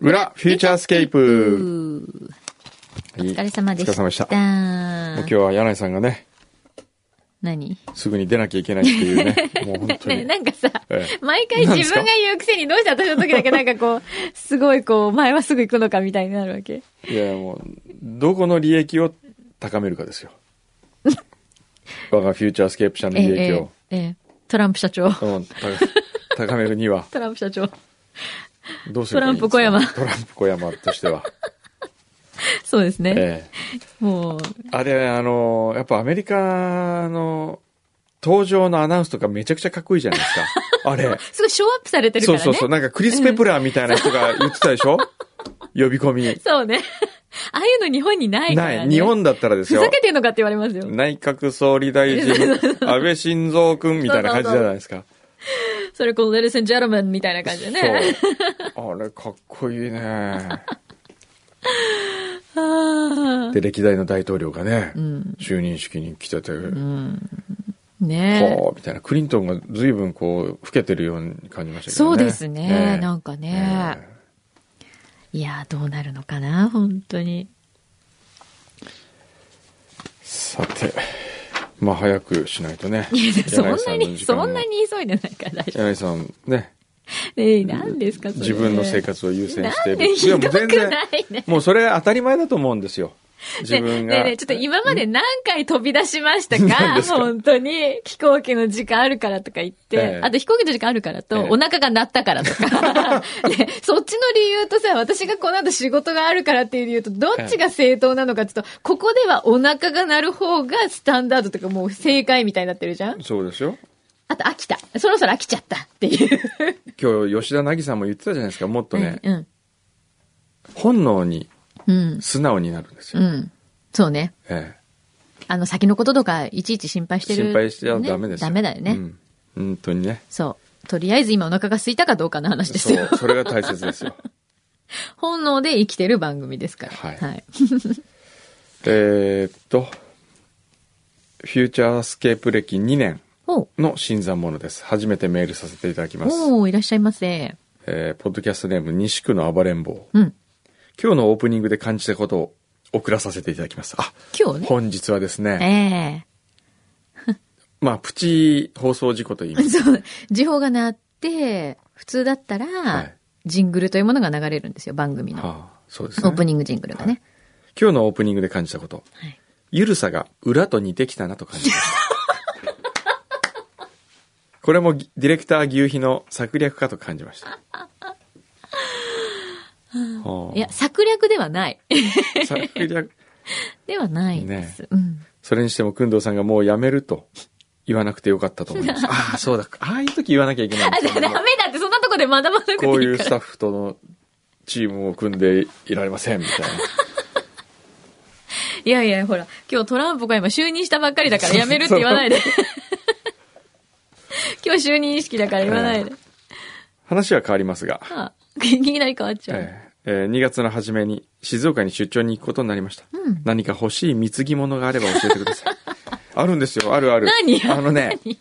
裏、フューチャースケープ。お疲れ様でした。お疲れ様でした。もう今日は柳井さんがね、何すぐに出なきゃいけないっていうね。 もう本当ね、に。なんかさ、え毎回自分が言うくせにどうして私の時だけなんかこう、すごいこう、前はすぐ行くのかみたいになるわけ。えいや、もう、どこの利益を高めるか ですよ。我がフューチャースケープ社の利益を、ええええトランプ社長。うん高高めるには、トランプ社長。どうすればいいんですかトランプ小山トランプ小山として は。そうですね。ええもう、あれ、あの、やっぱアメリカの登場のアナウンスとかめちゃくちゃかっこいいじゃないですか。あれ。すごいショーアップされてるそうからね。そうそう。なんかクリス・ペプラーみたいな人が言ってたでしょ呼び込み。そうね。 ああいうの日本にないから、ね。ない。日本だったらですふよざ。けてんのかって言われますよ。内閣総理大臣、 安倍晋三君みたいな感じじゃないですか。それこう、ladies and gentlemen みたいな感じでね。そう。あれ、かっこいいね。あ で、歴代の大統領がねーう、ん。就任式に来てて、うん。ねえ。ほう、みたいな。クリントンが随分こう、老けてるように感じましたけどね。そうですえね。なんかね。ええいやー、どうなるのかな、本当に。さて、まあ早くしないとね。いやそ柳ん井なさのに、時間もそんなに急いでないから大丈夫。柳井さん、ね、えー、何ですか、それ。自分の生活を優先してないんる。でひどくないいやもうね。もうそれ当たり前だと思うんですよ。自分ねが。ねねちょっと今まで何回飛び出しましたか本当に。飛行機の時間あるからとか言って、ええあと飛行機の時間あるからと、ええお腹が鳴ったから とか、ねそっちの理由とさ、私がこの後仕事があるからっていう理由と、どっちが正当なのかちょっと、ここではお腹が鳴る方がスタンダードとかもう正解みたいになってるじゃんそうですよ。あと飽きた。そろそろ飽きちゃったっていう。今日吉田凪さんも言ってたじゃないですか。もっとね、 うん。本能にうん。素直になるんですうよ。ん。そうね。えあの、先のこととか、いちいち心配しえてる、心配してはダメですよ。ねダメだよね、うん。本当にね。そう。とりあえず今お腹が空いたかどうかの話ですそよ。う、それが大切 ですよ。本能で生きてる番組ですから。はいはい。えーっと、フューチャースケープ歴2年おうの新参者です。初めてメールさせていただきます。おういらっしゃいませ。えーポッドキャストネーム西区の暴れん坊。うん。今日のオープニングで感じたことを送らさせていただきます。あ、今日ね。本日はですね、え まあ、プチ放送事故と言いまえす。そう。時報が鳴って、普通だったら、いジングルというものが流れるんですよ、番組の。はあ、そうですオね。ープニングジングルがね。今日のオープニングで感じたこと。はい。ゆるさが裏と似てきたなと感じま した。これもディレクター牛皮の策略かと感じま した。はあいや、策略ではない。 策略。ではないです。ねうん。それにしても、くんどうさんがもうやめると言わなくてよかったと思い ます。ああ、そうだ。ああいう時言わなきゃいけないんあ、ですダよメだって、そんなとこで学ばなくていいから。こういうスタッフとのチームを組んでいられません、みたい な。いやいや、ほら、今日トランプが今就任したばっかりだからやめるって言わないで。 今日就任式だから言わないで。話は変わりますが、ああ、いきなり変わっちゃう。えーえー2月の初めに静岡に出張に行くことになりました。何か欲しい貢ぎ物があれば教えてくださ い。あるんですよ、あるある。何あのね、何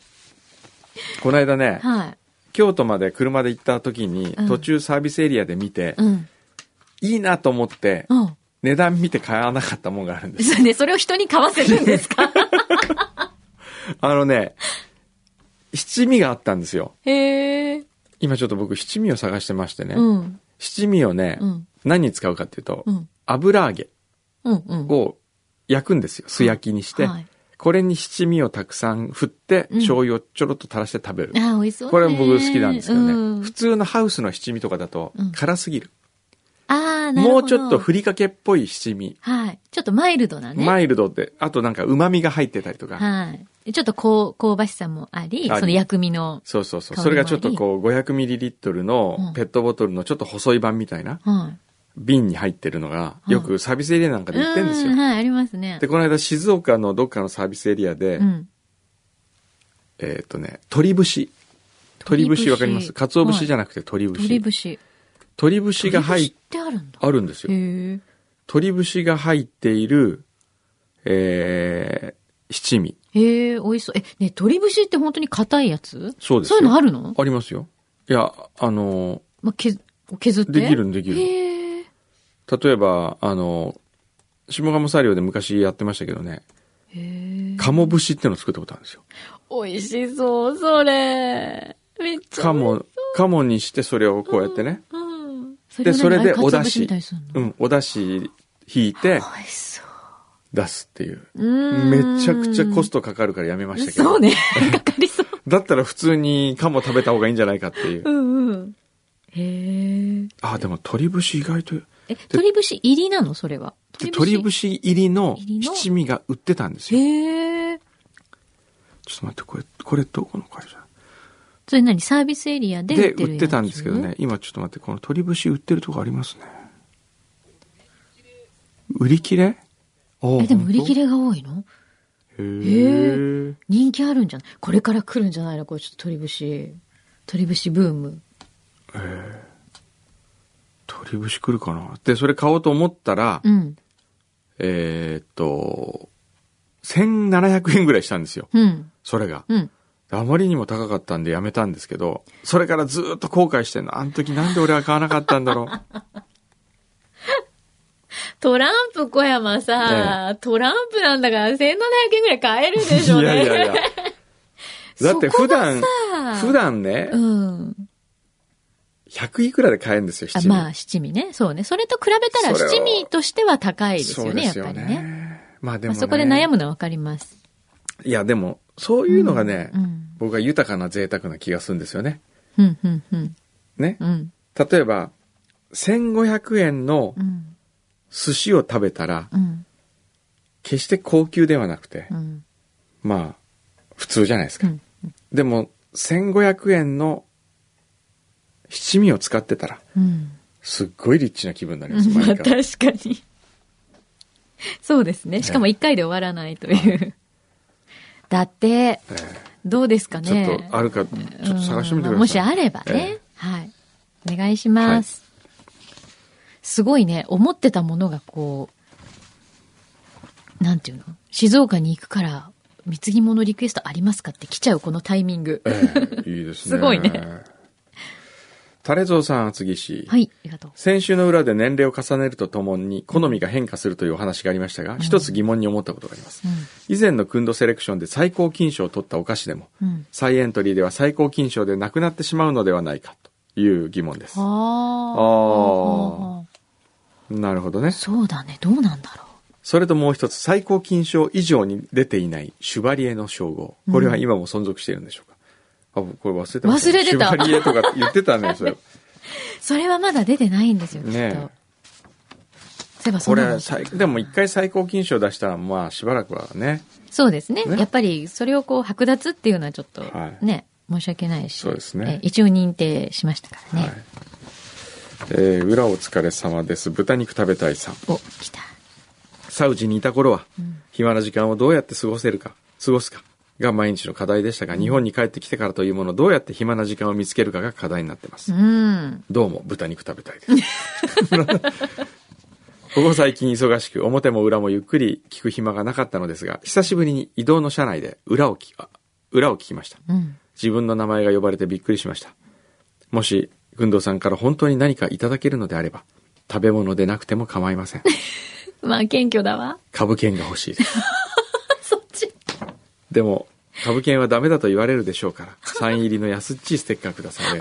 この間ね、はい。京都まで車で行った時に、うん途中サービスエリアで見て、うん。いいなと思って、うん。値段見て買わなかったもんがあるんです。そうね、それを人に買わせるんで すかあのね、七味があったんですよ。へえ。今ちょっと僕七味を探してましてね、うん。七味をね、うん。何に使うかっていうと、うん。油揚げうん。うん。を焼くんですよ。素焼きにして。はい。これに七味をたくさん振って、うん醤油をちょろっと垂らして食べる。ああ、美味しそう、ね。これも僕好きなんですけどね、うん普通のハウスの七味とかだとうん辛すぎる。ああ、なるほど。もうちょっとふりかけっぽい七味。はい。ちょっとマイルドなね。マイルドで、あとなんか旨味が入ってたりとか。はい。ちょっとこう香ばしさもあり、ありその薬味の。そうそうそう。香りもそれがちょっとこう 500ml のペットボトルのちょっと細い版みたいなは瓶に入ってるのがよくサービスエリアなんかい。で売ってるんですよう。はい、ありますね。で、この間静岡のどっかのサービスエリアで、うん。えっ、とね、鶏節。鶏鶏節節わかります鰹節じゃなくて鶏節。鶏節。鶏節が入っ鶏節ってあるんだ。あるんですへよ。え。鶏節が入っている、えー、七味。へえ、美味しそう。え、ね、鶏節って本当に硬いやつそうですそよういうのあるのありますよ。いや、あのまあ、け削って。できるんできるへ例えば、あの、下鴨サリオで昔やってましたけどね、へ鴨節ってのを作ったことあるんですよ。ー美味しそう、それ。めっちゃ。鴨、鴨にしてそれをこうやってね、うん。で、それでお出み汁たいにする、うのん、お出汁引いて美味しそう。出すっていう。うーんめちゃくちゃコストかかるからやめましたけど。そうね。 かかりそう。だったら普通に鴨食べた方がいいんじゃないかっていうう。んうん。へえ。あ、でも鶏節意外と、え、鶏節入りなのそれは。で鶏節入りの入りの七味が売ってたんですよ。へえ。ちょっと待って、これ、これどこの会社それ何サービスエリアで売で、ってる売やっつてたんですけどね。。今ちょっと待って、この鶏節売ってるとこありますね。売り切れえ、でも売り切れれが多いのへへー人気あるんじゃないこれから来るんじゃないのこれちょっと鶏節。鶏節ブーム。鶏節来るかなで、それ買おうと思ったら、うん。えーっと、1700円ぐらいしたんですよ。うん。それが。うん。あまりにも高かったんでやめたんですけど、それからずーっと後悔してんの。あの時なんで俺は買わなかったんだろう。トランプ小山さ、トランプなんだから1700円ぐらい買える でしょういね。やいやいや。だって普段 そこ、がさ普段ね、うん。 100いくらで買えるんですよ、あ七味。まあ、七味ね。そうね。それと比べたらそれを七味としては高いですそようね、でやっすよぱりね。ね。まあでも、まあ、ね。そこで悩むのはわかります。いや、でも、そういうのがね、うん。僕は豊かな贅沢な気がするんですよね。うん、うん、うん。ね。うん。例えば、1500円のうん。寿司を食べたら、うん。決して高級ではなくて、うん。まあ、普通じゃないですうか。ん。でも、1500円の七味を使ってたら、うん。すっごいリッチな気分になります、まあ、毎確か回。に。そうですね。しかも一回で終わらないという。だって、えどうですかえちね。ょっと、あるか、ちょっと探してみてくうんだもさしい。あればねえ。はい。お願いします。すごいね、思ってたものがこう、なんていうの静岡に行くから、貢ぎ物リクエストありますかって来ちゃうこのタイミング。ええいいですね。すごいね。タレゾウさん、厚木市。はい、ありがとう。先週の裏で年齢を重ねるとともに好みが変化するというお話がありましたが、一つ疑問に思ったことがあります。以前のクンドセレクションで最高金賞を取ったお菓子でも、うん。うん。再エントリーでは最高金賞でなくなってしまうのではないかという疑問です。はああ。なるほどね。そうだね、どうなんだろそれともう一つ、最高金賞以上に出ていないシュバリエの称号。これは今も存続しているんでしょうか、あ、これ忘れてました、忘れてたシュバリエとか言ってたね、 それ。う。それはまだ出てないんですよ、きっと。ねえ。そういえばそこうれなのは最、でも一回最高金賞出したら、まあしばらくはね、そうですね。ねやっぱり、それをこう、剥奪っていうのはちょっと、はいね、申し訳ないし。そうですねえ一応認定しましたからね。はい。えー裏お疲れ様です。豚肉食べたいさん。お、来た。サウジにいた頃は、うん暇な時間をどうやって過ごせるか、過ごすかが毎日の課題でしたが、日本に帰ってきてからというもの、どうやって暇な時間を見つけるかが課題になってます。うん。どうも、豚肉食べたいです。 ここ最近忙しく、表も裏もゆっくり聞く暇がなかったのですが、久しぶりに移動の車内で裏を聞き、あ裏を聞きました。うん。自分の名前が呼ばれてびっくりしました。もし、群藤さんから本当に何かいただけるのであれば、食べ物でなくても構いませ ん。まあ、謙虚だわ。株券が欲しいです。 そっち。でも、株券はダメだと言われるでしょうから、サイン入りの安っちいステッカーくださいね。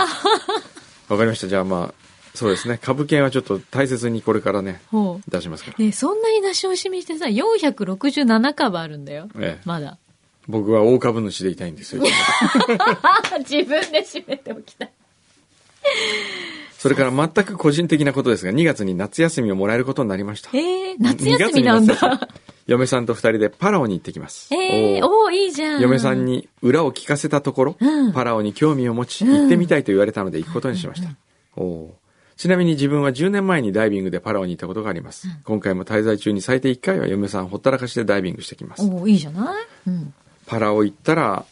わかりました。じゃあまあ、そうですね。株券はちょっと大切にこれからね、ほ出しますからう。。ねえそんなに出し惜しみしてさ、467株あるんだよ。ええまだ。僕は大株主でいたいんですよ。 自分で締めておきたい。それから全く個人的なことですが、2月に夏休みをもらえることになりました。ええ夏休みなん2月に夏だ休。み。嫁さんと2人でパラオに行ってきます。ええおーおーいいじゃん。嫁さん。に裏を聞かせたところ、うんパラオに興味を持ち、うん行ってみたいと言われたので行くことにしました。おーちなみに自分は10年前にダイビングでパラオに行ったことがあります。今回も滞在中に最低1回は嫁さんほったらかしでダイビングしてきます。おーいいじゃないうん。パラオ行ったら、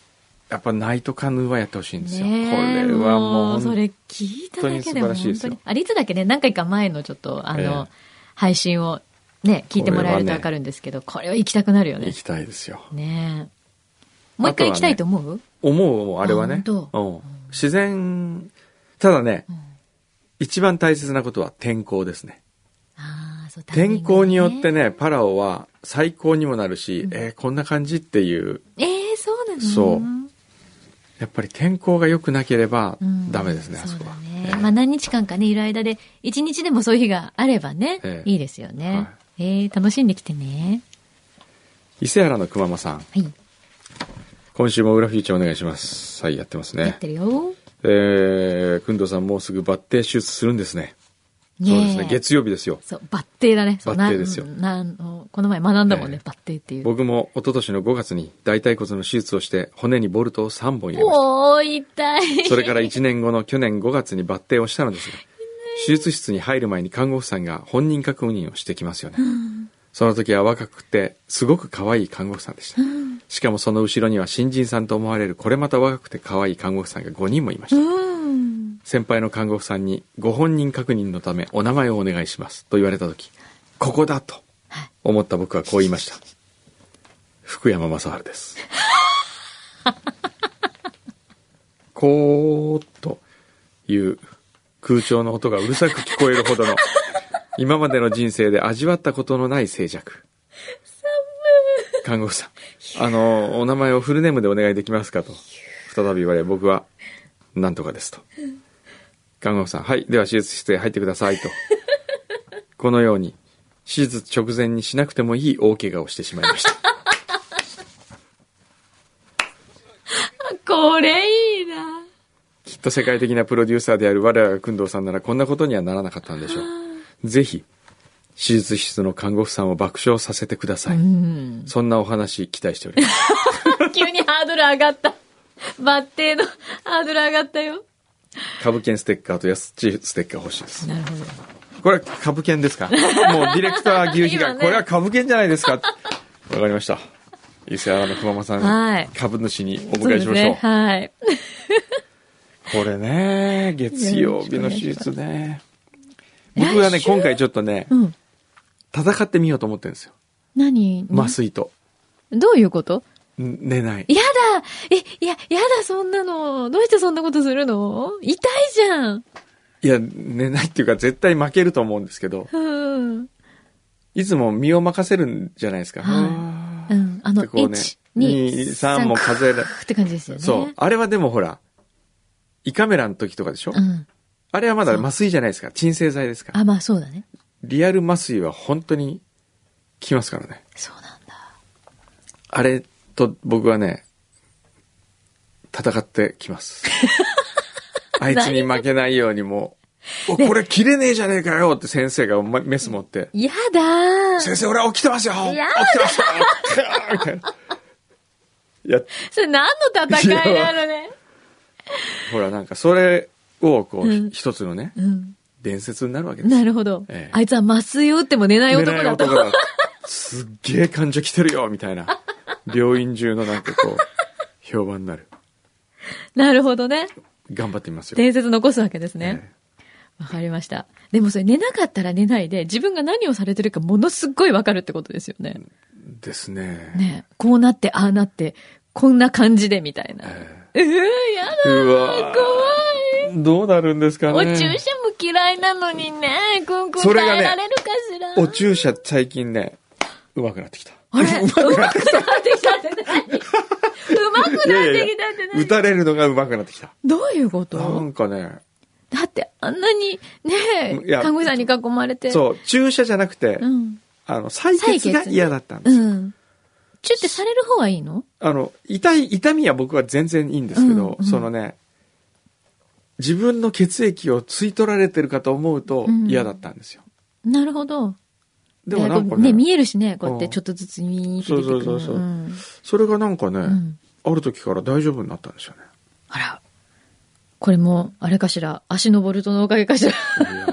やっぱナイトカヌーはやってほしいんですよ。ねえこれはもう、それ聞いただけで本当もに素晴らしい本です当よに。あれいつだっけね、何回か前のちょっと、あの、え配信をね、聞いてもらえるこれとはねわかるんですけど、これは行きたくなるよね行。きたいですよ。ねえ。もう一回行きたいと思う、思う思う、あれはね。あ本当うん自然、ただね、ん一番大切なことは天候ですね。ああそう天候によってね。ね、パラオは最高にもなるし、えーこんな感じっていう、えー、そうなのそうやっぱり天候が良くなければうんダメですね、あそこうだは。ねえーまあ何日間かね、いる間で、一日でもそういう日があればね、ええいいですよね。はえー、楽しんできてね。伊勢原のくままさん、はい。今週も裏フューチャーお願いします。はい、やってますやねっ。てるよ。えー、くんどさんもうすぐ抜定手術するんですね。ねえそうですね、月曜日ですよ。そう、バッテだね。そう抜蹄ですよななんこの前学んだもんね、ええバッテっていう。僕も一昨年の5月に大腿骨の手術をして骨にボルトを3本入れました。おー、痛い。それから1年後の去年5月に抜定をしたのですが、手術室に入る前に看護婦さんが本人確認をしてきますよね。その時は若くて、すごく可愛い看護婦さんでした。しかもその後ろには新人さんと思われる、これまた若くて可愛い看護婦さんが5人もいました。うん。先輩の看護婦さんにご本人確認のためお名前をお願いしますと言われた時ここだと思った僕はこう言いました福山雅治ですこーっという空調の音がうるさく聞こえるほどの今までの人生で味わったことのない静寂看護婦さんあのお名前をフルネームでお願いできますかと再び言われ僕はなんとかですと。看護婦さん、はい、では手術室へ入ってくださいと。このように、手術直前にしなくてもいい大怪我をしてしまいました。これいいな。きっと世界的なプロデューサーである我らが工藤さんならこんなことにはならなかったんでしょう。ぜひ、手術室の看護婦さんを爆笑させてください。うん。そんなお話期待しており ます。急にハードル上がった。バッテのハードル上がったよ。株券ステッカーと安っちいステッカー欲しいです。なるほど。これは株券です かもうディレクター牛皮今が、ねこれは株券じゃないですか。わかりました。伊勢原の熊間さん、はい株主におそう迎えでしすましょうね。。はい。これね、月曜日の手術ね。僕がね、来週今回ちょっとね、うん。戦ってみようと思ってるんですよ。何麻酔と。どういうことん寝ない。やだえ、いや、やだ、そんなの。どうしてそんなことするの痛いじゃん。いや、寝ないっていうか絶対負けると思うんですけど、うん。いつも身を任せるんじゃないですか。はいはうーん。あの、でこうね1、 2 2、 3も数えるクーって感じですよね。そう。あれはでもほら、胃カメラの時とかでしょ、うん。あれはまだ麻酔じゃないですか。鎮静剤ですから。あ、まあそうだね。リアル麻酔は本当に効きますからね。そうなんだ。あれと僕はね、戦ってき ます。あいつに負けないようにもう、おこれ切れねえじゃねえかよって先生がまメス持って、やだー先生俺は起きてますよ起きてやだますよカーみたいな。いや、それ何の戦いなのね。ほらなんかそれをこう、うん一つのね、うん。伝説になるわけですよ。なるほど。ええあいつは麻酔を打っても寝ない男だと。寝ない男だ すっげえ患者来てるよみたい な。病院中のなんかこう、評判になる。なるほどね。頑張ってみますよ。伝説残すわけですねえ。えわかりました。でもそれ寝なかったら寝ないで、自分が何をされてるかものすっごいわかるってことですよね。ですね。ねえこうなって、ああなって、こんな感じでみたいな。えうーん、やだえうわ怖いどうなるんですかねお注射も嫌いなのにね、くんくんそれが耐ねえられるかしら。お注射最近ね、うまくなってきた。あ れうまくなってきたって何うまくなってきたって何打たれるのがうまくなってきた。どういうこなとんかね、だってあんなにねいや看護師さんに囲まれて。そう、注射じゃなくて、うん。あの、採血採が血嫌だったんです。うん。チュってされる方はいいのあの、痛い、痛みは僕は全然いいんですけど、うんうんそのね、自分の血液を吸い取られてるかと思うとうん嫌だったんですよ。なるほど。でもなんかね、ね、見えるしね、こうやっうてんちょっとずつウィーンって出てくるの。そうそうそうそうんそれがなんかね、うんある時から大丈夫になったんですよ ね。あら。これも、あれかしら、足のボルトのおかげかしら。いや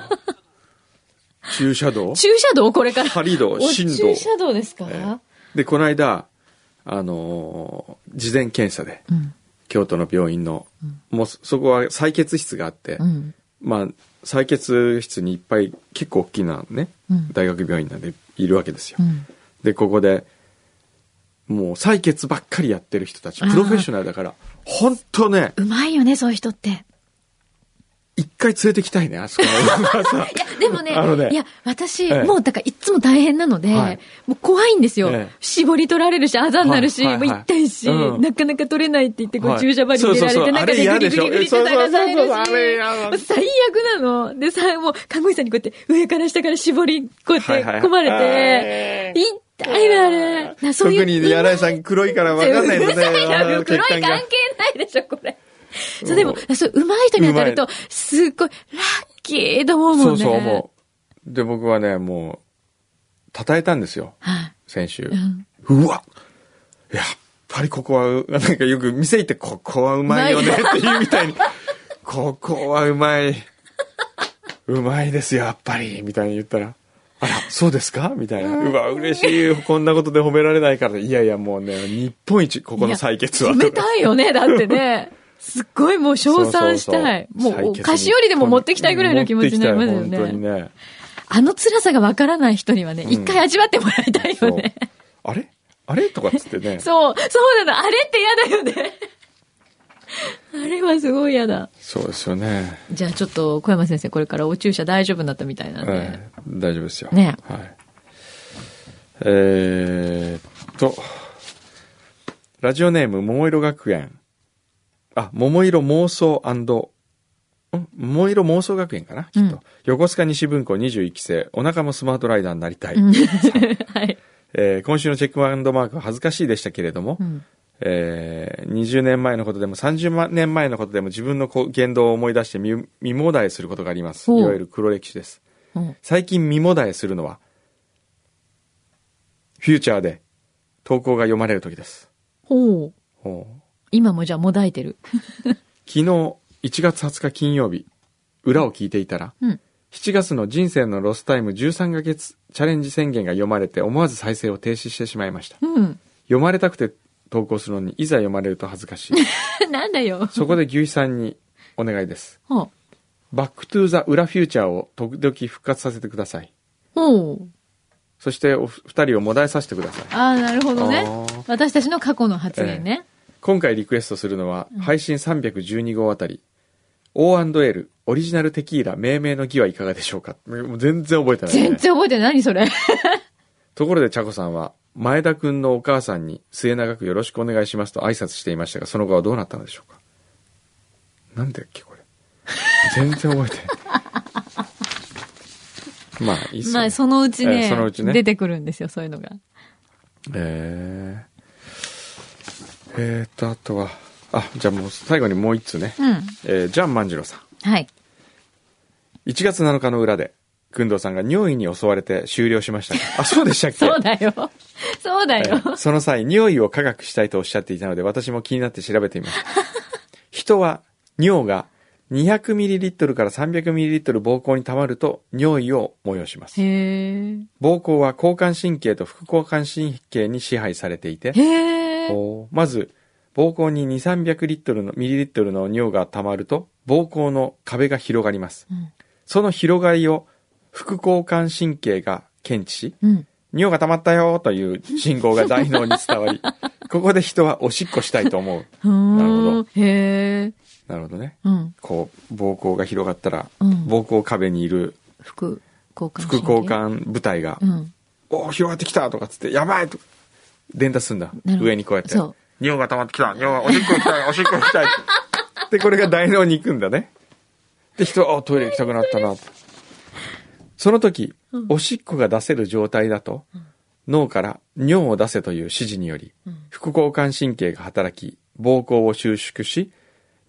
注射道注射道これから。針道、お振注動。射道ですか、ええで、この間、あのー事前検査で、うん。京都の病院の、もうそそこは採血室があって、うん。まあ、採血室にいっぱい結構大きなね、うん大学病院なんでいるわけですよ。うん。で、ここで、もう採血ばっかりやってる人たち、あープロフェッショナルだから、本当ね、うまいよね、そういう人って。一回連れてきたいね、あそこのお母 さん。いや、でもね、あのねいや、私、ええもうだからいつも大変なので、はいもう怖いんですよ、ええ絞り取られるし、あざになるし、はいはいはいもう痛いし、うんなかなか取れないって言って、こはうい注射針入れられて、そうそうそう中あれ嫌ででグしょリグリグリって流さそうれそるうし、そうそうあれ嫌なのもう最悪なの。で、さ、もう、看護師さんにこうやって、上から下から絞り、こうやってはいはい込まれて、ええ痛いな、あれ。なそういう特に柳井さん黒いから分かんないのうるさいなね。黒い関係ないでしょ、これ。そう、でも、そう、うまい人に当たると、すっごい、ラッキーと思うもんね。そうそう、もう。で、僕はね、もう、叩いたんですよ、はい。先週う。んうわやっぱりここはう、なんかよく店行って、ここはうまいよねって言うみたいに、ここはうまい。うまいですよ、やっぱり。みたいに言ったら、あら、そうですかみたいな。うわ、嬉しい。こんなことで褒められないから。いやいや、もうね、日本一、ここの採血は。褒めたい よね、だってね。すっごいもう称賛したい。そうそうそうもう、菓子よりでも持ってきたいぐらいの気持ちになりますよ持ってきたい本当にね。ね。あの辛さがわからない人にはね、一回味わってもらいたいそようね。。あれあれとかっつってね。そう、そうなの。あれって嫌だよね。あれはすごい嫌だ。そうですよね。じゃあちょっと、小山先生、これからお注射大丈夫になったみたいなんで。はい、大丈夫ですよ。ねはい。えーっと、ラジオネーム、桃色学園。あ、桃色妄想ん桃色妄想学園かなきっと。うん横須賀西文庫21期生、お腹もスマートライダーになりたい。うん はい。えー今週のチェックマンドマークは恥ずかしいでしたけれども、うんえー20年前のことでも30年前のことでも自分のこう言動を思い出して見見もだえすることがあります。いほうわゆる黒歴史です。うん最近見もだえするのは、フューチャーで投稿が読まれる時です。ほう。ほう今もじゃあもだいてる。昨日1月20日金曜日、裏を聞いていたら、うん。 7月の人生のロスタイム13ヶ月チャレンジ宣言が読まれて思わず再生を停止してしまいました。うん。 読まれたくて投稿するのにいざ読まれると恥ずかしい。なんだよ。そこで牛肥さんにお願いです。ほう。バックトゥーザ裏フューチャーを時々復活させてください。ほう。そしてお二人をもだえさせてください。ああ、なるほどねあー。私たちの過去の発言ね。今回リクエストするのは、配信312号あたり、O&L オリジナルテキーラ命名の儀はいかがでしょうかもう全然覚えてない、ね。全然覚えてない。何それ。ところで、茶子さんは、前田くんのお母さんに末永くよろしくお願いしますと挨拶していましたが、その後はどうなったのでしょうかなんだっけ、これ。全然覚えて ない。まあ、いいっすよ、まねあ、。そのうちええねそのうちね出てくるんですよ、そういうのが。えー、えーと、あとは、あ、じゃあもう最後にもう一通ね。うん。えージャン万次郎さん。はい。 1月7日の裏で、工藤さんが尿意に襲われて終了しましたが。あ、そうでしたっけそうだよ。そうだよ。ええその際、匂いを科学したいとおっしゃっていたので、私も気になって調べてみました。人は、尿が 200ml から 300ml 膀胱に溜まると、尿意を催します。へ膀胱は交感神経と副交感神経に支配されていてえ。、へえ。おーまず、膀胱に2、300リットルの、ミリリットルの尿が溜まると、膀胱の壁が広がります。うんその広がりを、副交感神経が検知し、うん。尿が溜まったよという信号が大脳に伝 わり、ここで人はおしっこしたいと思う。ふーんなるほど。へえ。なるほどね。うん。こう、膀胱が広がったら、うん膀胱壁にいる副交換。副交。換部隊が、うん。おお、広がってきたとかっつって、やばいとか、伝達すんだなる。ほど上にこうやってそう。尿が溜まってきた。尿が、おしっこ行きた い、おしっこ行きたい。で、これが大脳に行くんだね。で、人は、あトイレ行きたくなったな。その時、おしっこが出せる状態だと、脳から尿を出せという指示により、副交感神経が働き、膀胱を収縮し、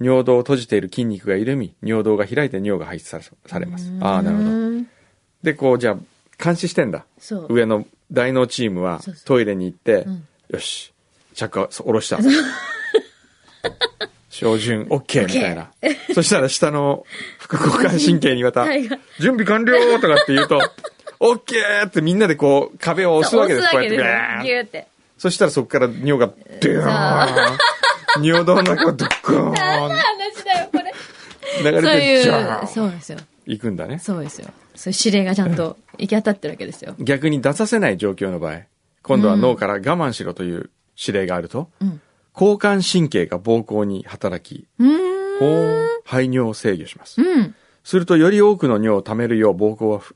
尿道を閉じている筋肉が緩み、尿道が開いて尿が排出されされます。ああ、なるほど。ど。で、こう、じゃあ、監視してんだ。そう。上の大脳チームはそうそうトイレに行って、んよし、チャックは下ろした。照準 OK みたいな。そしたら下の副交感神経に またはいはい、準備完了とかって言 うと、OK! ってみんなでこう壁を押すわけです。こうやってビャーンギューって。そしたらそこから尿が、ドゥーン尿道の中をドッコーン話だよ、こ流れ。れそうて、ジいャう、ーンそうですよ。行くんだね。そうですよ。そういう指令がちゃんと行き当たってるわけですよ。逆に出させない状況の場合、今度は脳から我慢しろという指令があると、うん。交感神経が膀胱に働き、うーん。保温排尿を制御しますうん。するとより多くの尿を溜めるよう膀胱はふ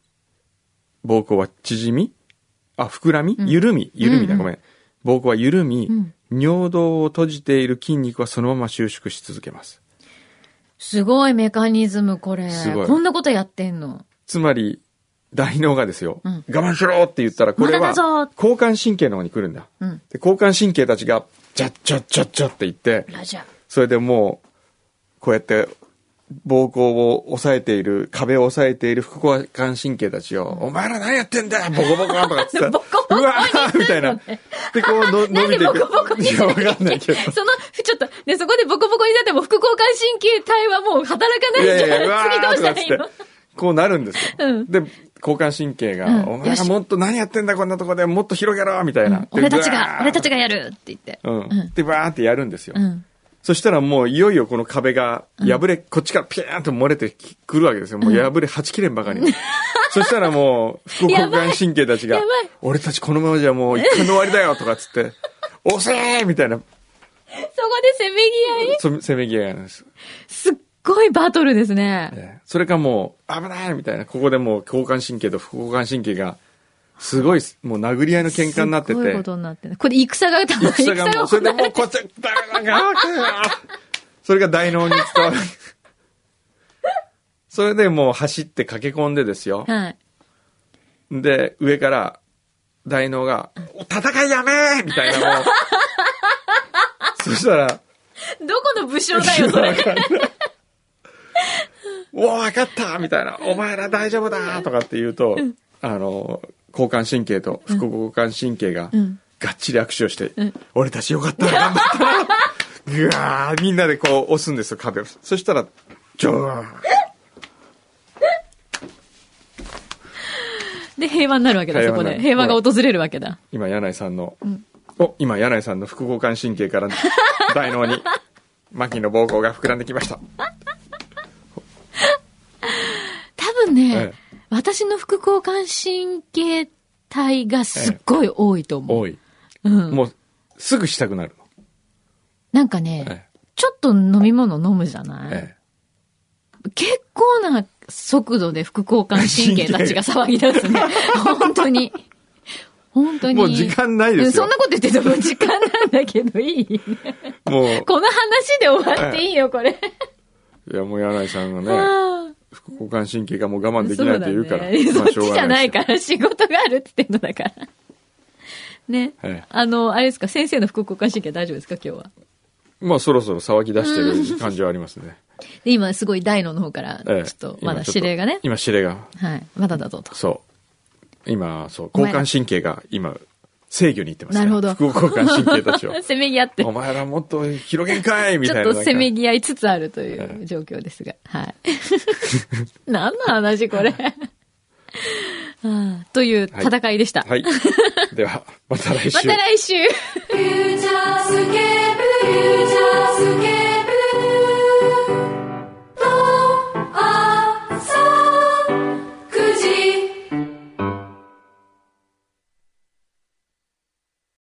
膀胱は縮みあ膨らみん緩み緩みだ、うんうごんめん膀胱は緩み、うん尿道を閉じている筋肉はそのまま収縮し続けますすごいメカニズム、これすご。いこんなことやってんの。つまり大脳がですよ、うん我慢しろって言ったらこれまはだだぞ交感神経の方に来るんだうん。で交感神経たちがジャッジャッジャッジャって言ってラジャー。 それでもうこうやって膀胱を抑えている壁を抑えている副交感神経たちを「お前ら何やってんだよボコボコ!」とかっつって「 ボコボコにうわー!」みたいなでこうの伸 なんびでていボくコボコにいやわかんない けどその、ちょっと、ね、そこでボコボコになっても副交感神経体はもう働かないいじやいやいや、うわゃん。次どうーしとかたらっいいつっのて、こうなるんですよ。うんで、交感神経が、うんお前らもっと何やってんだこんなとこでもっと広げろみたいな。俺たちが、俺たちちがやるって言って。ううんん。で、バーってやるんですよ。うん。そしたらもういよいよこの壁が破れ、こっちからピャーンと漏れてきくるわけですよ。もう破れはちきれんばかり に。そしたらもう、副交感神経たちがやばいやばい、俺たちこのままじゃもう一回の終わりだよとかっつって、押せーみたいな、そこでせめぎ合いそせめぎ合いなんです。すっごいバトルですね。ええそれかもう、危ないみたいな、ここでもう交感神経と副交感神経が、すごい、もう殴り合いの喧嘩になってすっごいてこ、とになってるこれで戦が、戦がもう、それで行わもうこっち、ダメだあーそれが大脳に伝わる。それでもう走って駆け込んでですよ。 はい。で、上から、大脳が、お戦いやめーみたいなもう。そしたら、どこの武将だよ、それ。おお、分かったみたいな、お前ら大丈夫だとかって言うと、あの、交感神経と副交感神経がん、がっちり握手をして、ん俺たちよかった、頑張 ったぐわーみんなでこう押すんですよ、壁を。そしたら、ジョーンで、平和になるわけだ、平和そこになるで。平和が訪れるわけだ。今、柳井さんの、お、今、柳井さんの副交感神経から大脳に、牧の膀胱が膨らんできました。多分ねえ、私の副交感神経体がすっごい多いと思う。多い。うん。もう、すぐしたくなるの。なんかね、えちょっと飲み物飲むじゃない、ええ結構な速度で副交感神経たちが騒ぎ 出すね。本当に。本当に。もう時間ないですようんそんなこと言ってても時間なんだけどいいもう、この話で終わっていいよ、これ。いや、もう柳井さんのね、 あ副交感神経がもう我慢ーでそきうないだってね。言うから。そまあっちじゃないから、仕事があるって言ってんのだから。ね。ええあの、あれですか、先生の副交感神経大丈夫ですか、今日は。まあそろそろ騒ぎ出してる感じはありますね。で、今すごい大脳の方から、 ちょええっと、まだ今ちょっと指令がね。今指令が。はい。まだだぞと。そう。今、そう、お前交ら感神経が今、制御にいってます、ね。なるほど副交感神経た 。ちをせめぎ合ってお。前らもっと広げんかいみちょたっいな。とせめぎ。ぎ合いつつあるという状況ですが、はい。 何の話これ。 ああという戦いでした。 はい。では、また来ま週た。来週「フューチャースケープフューチャー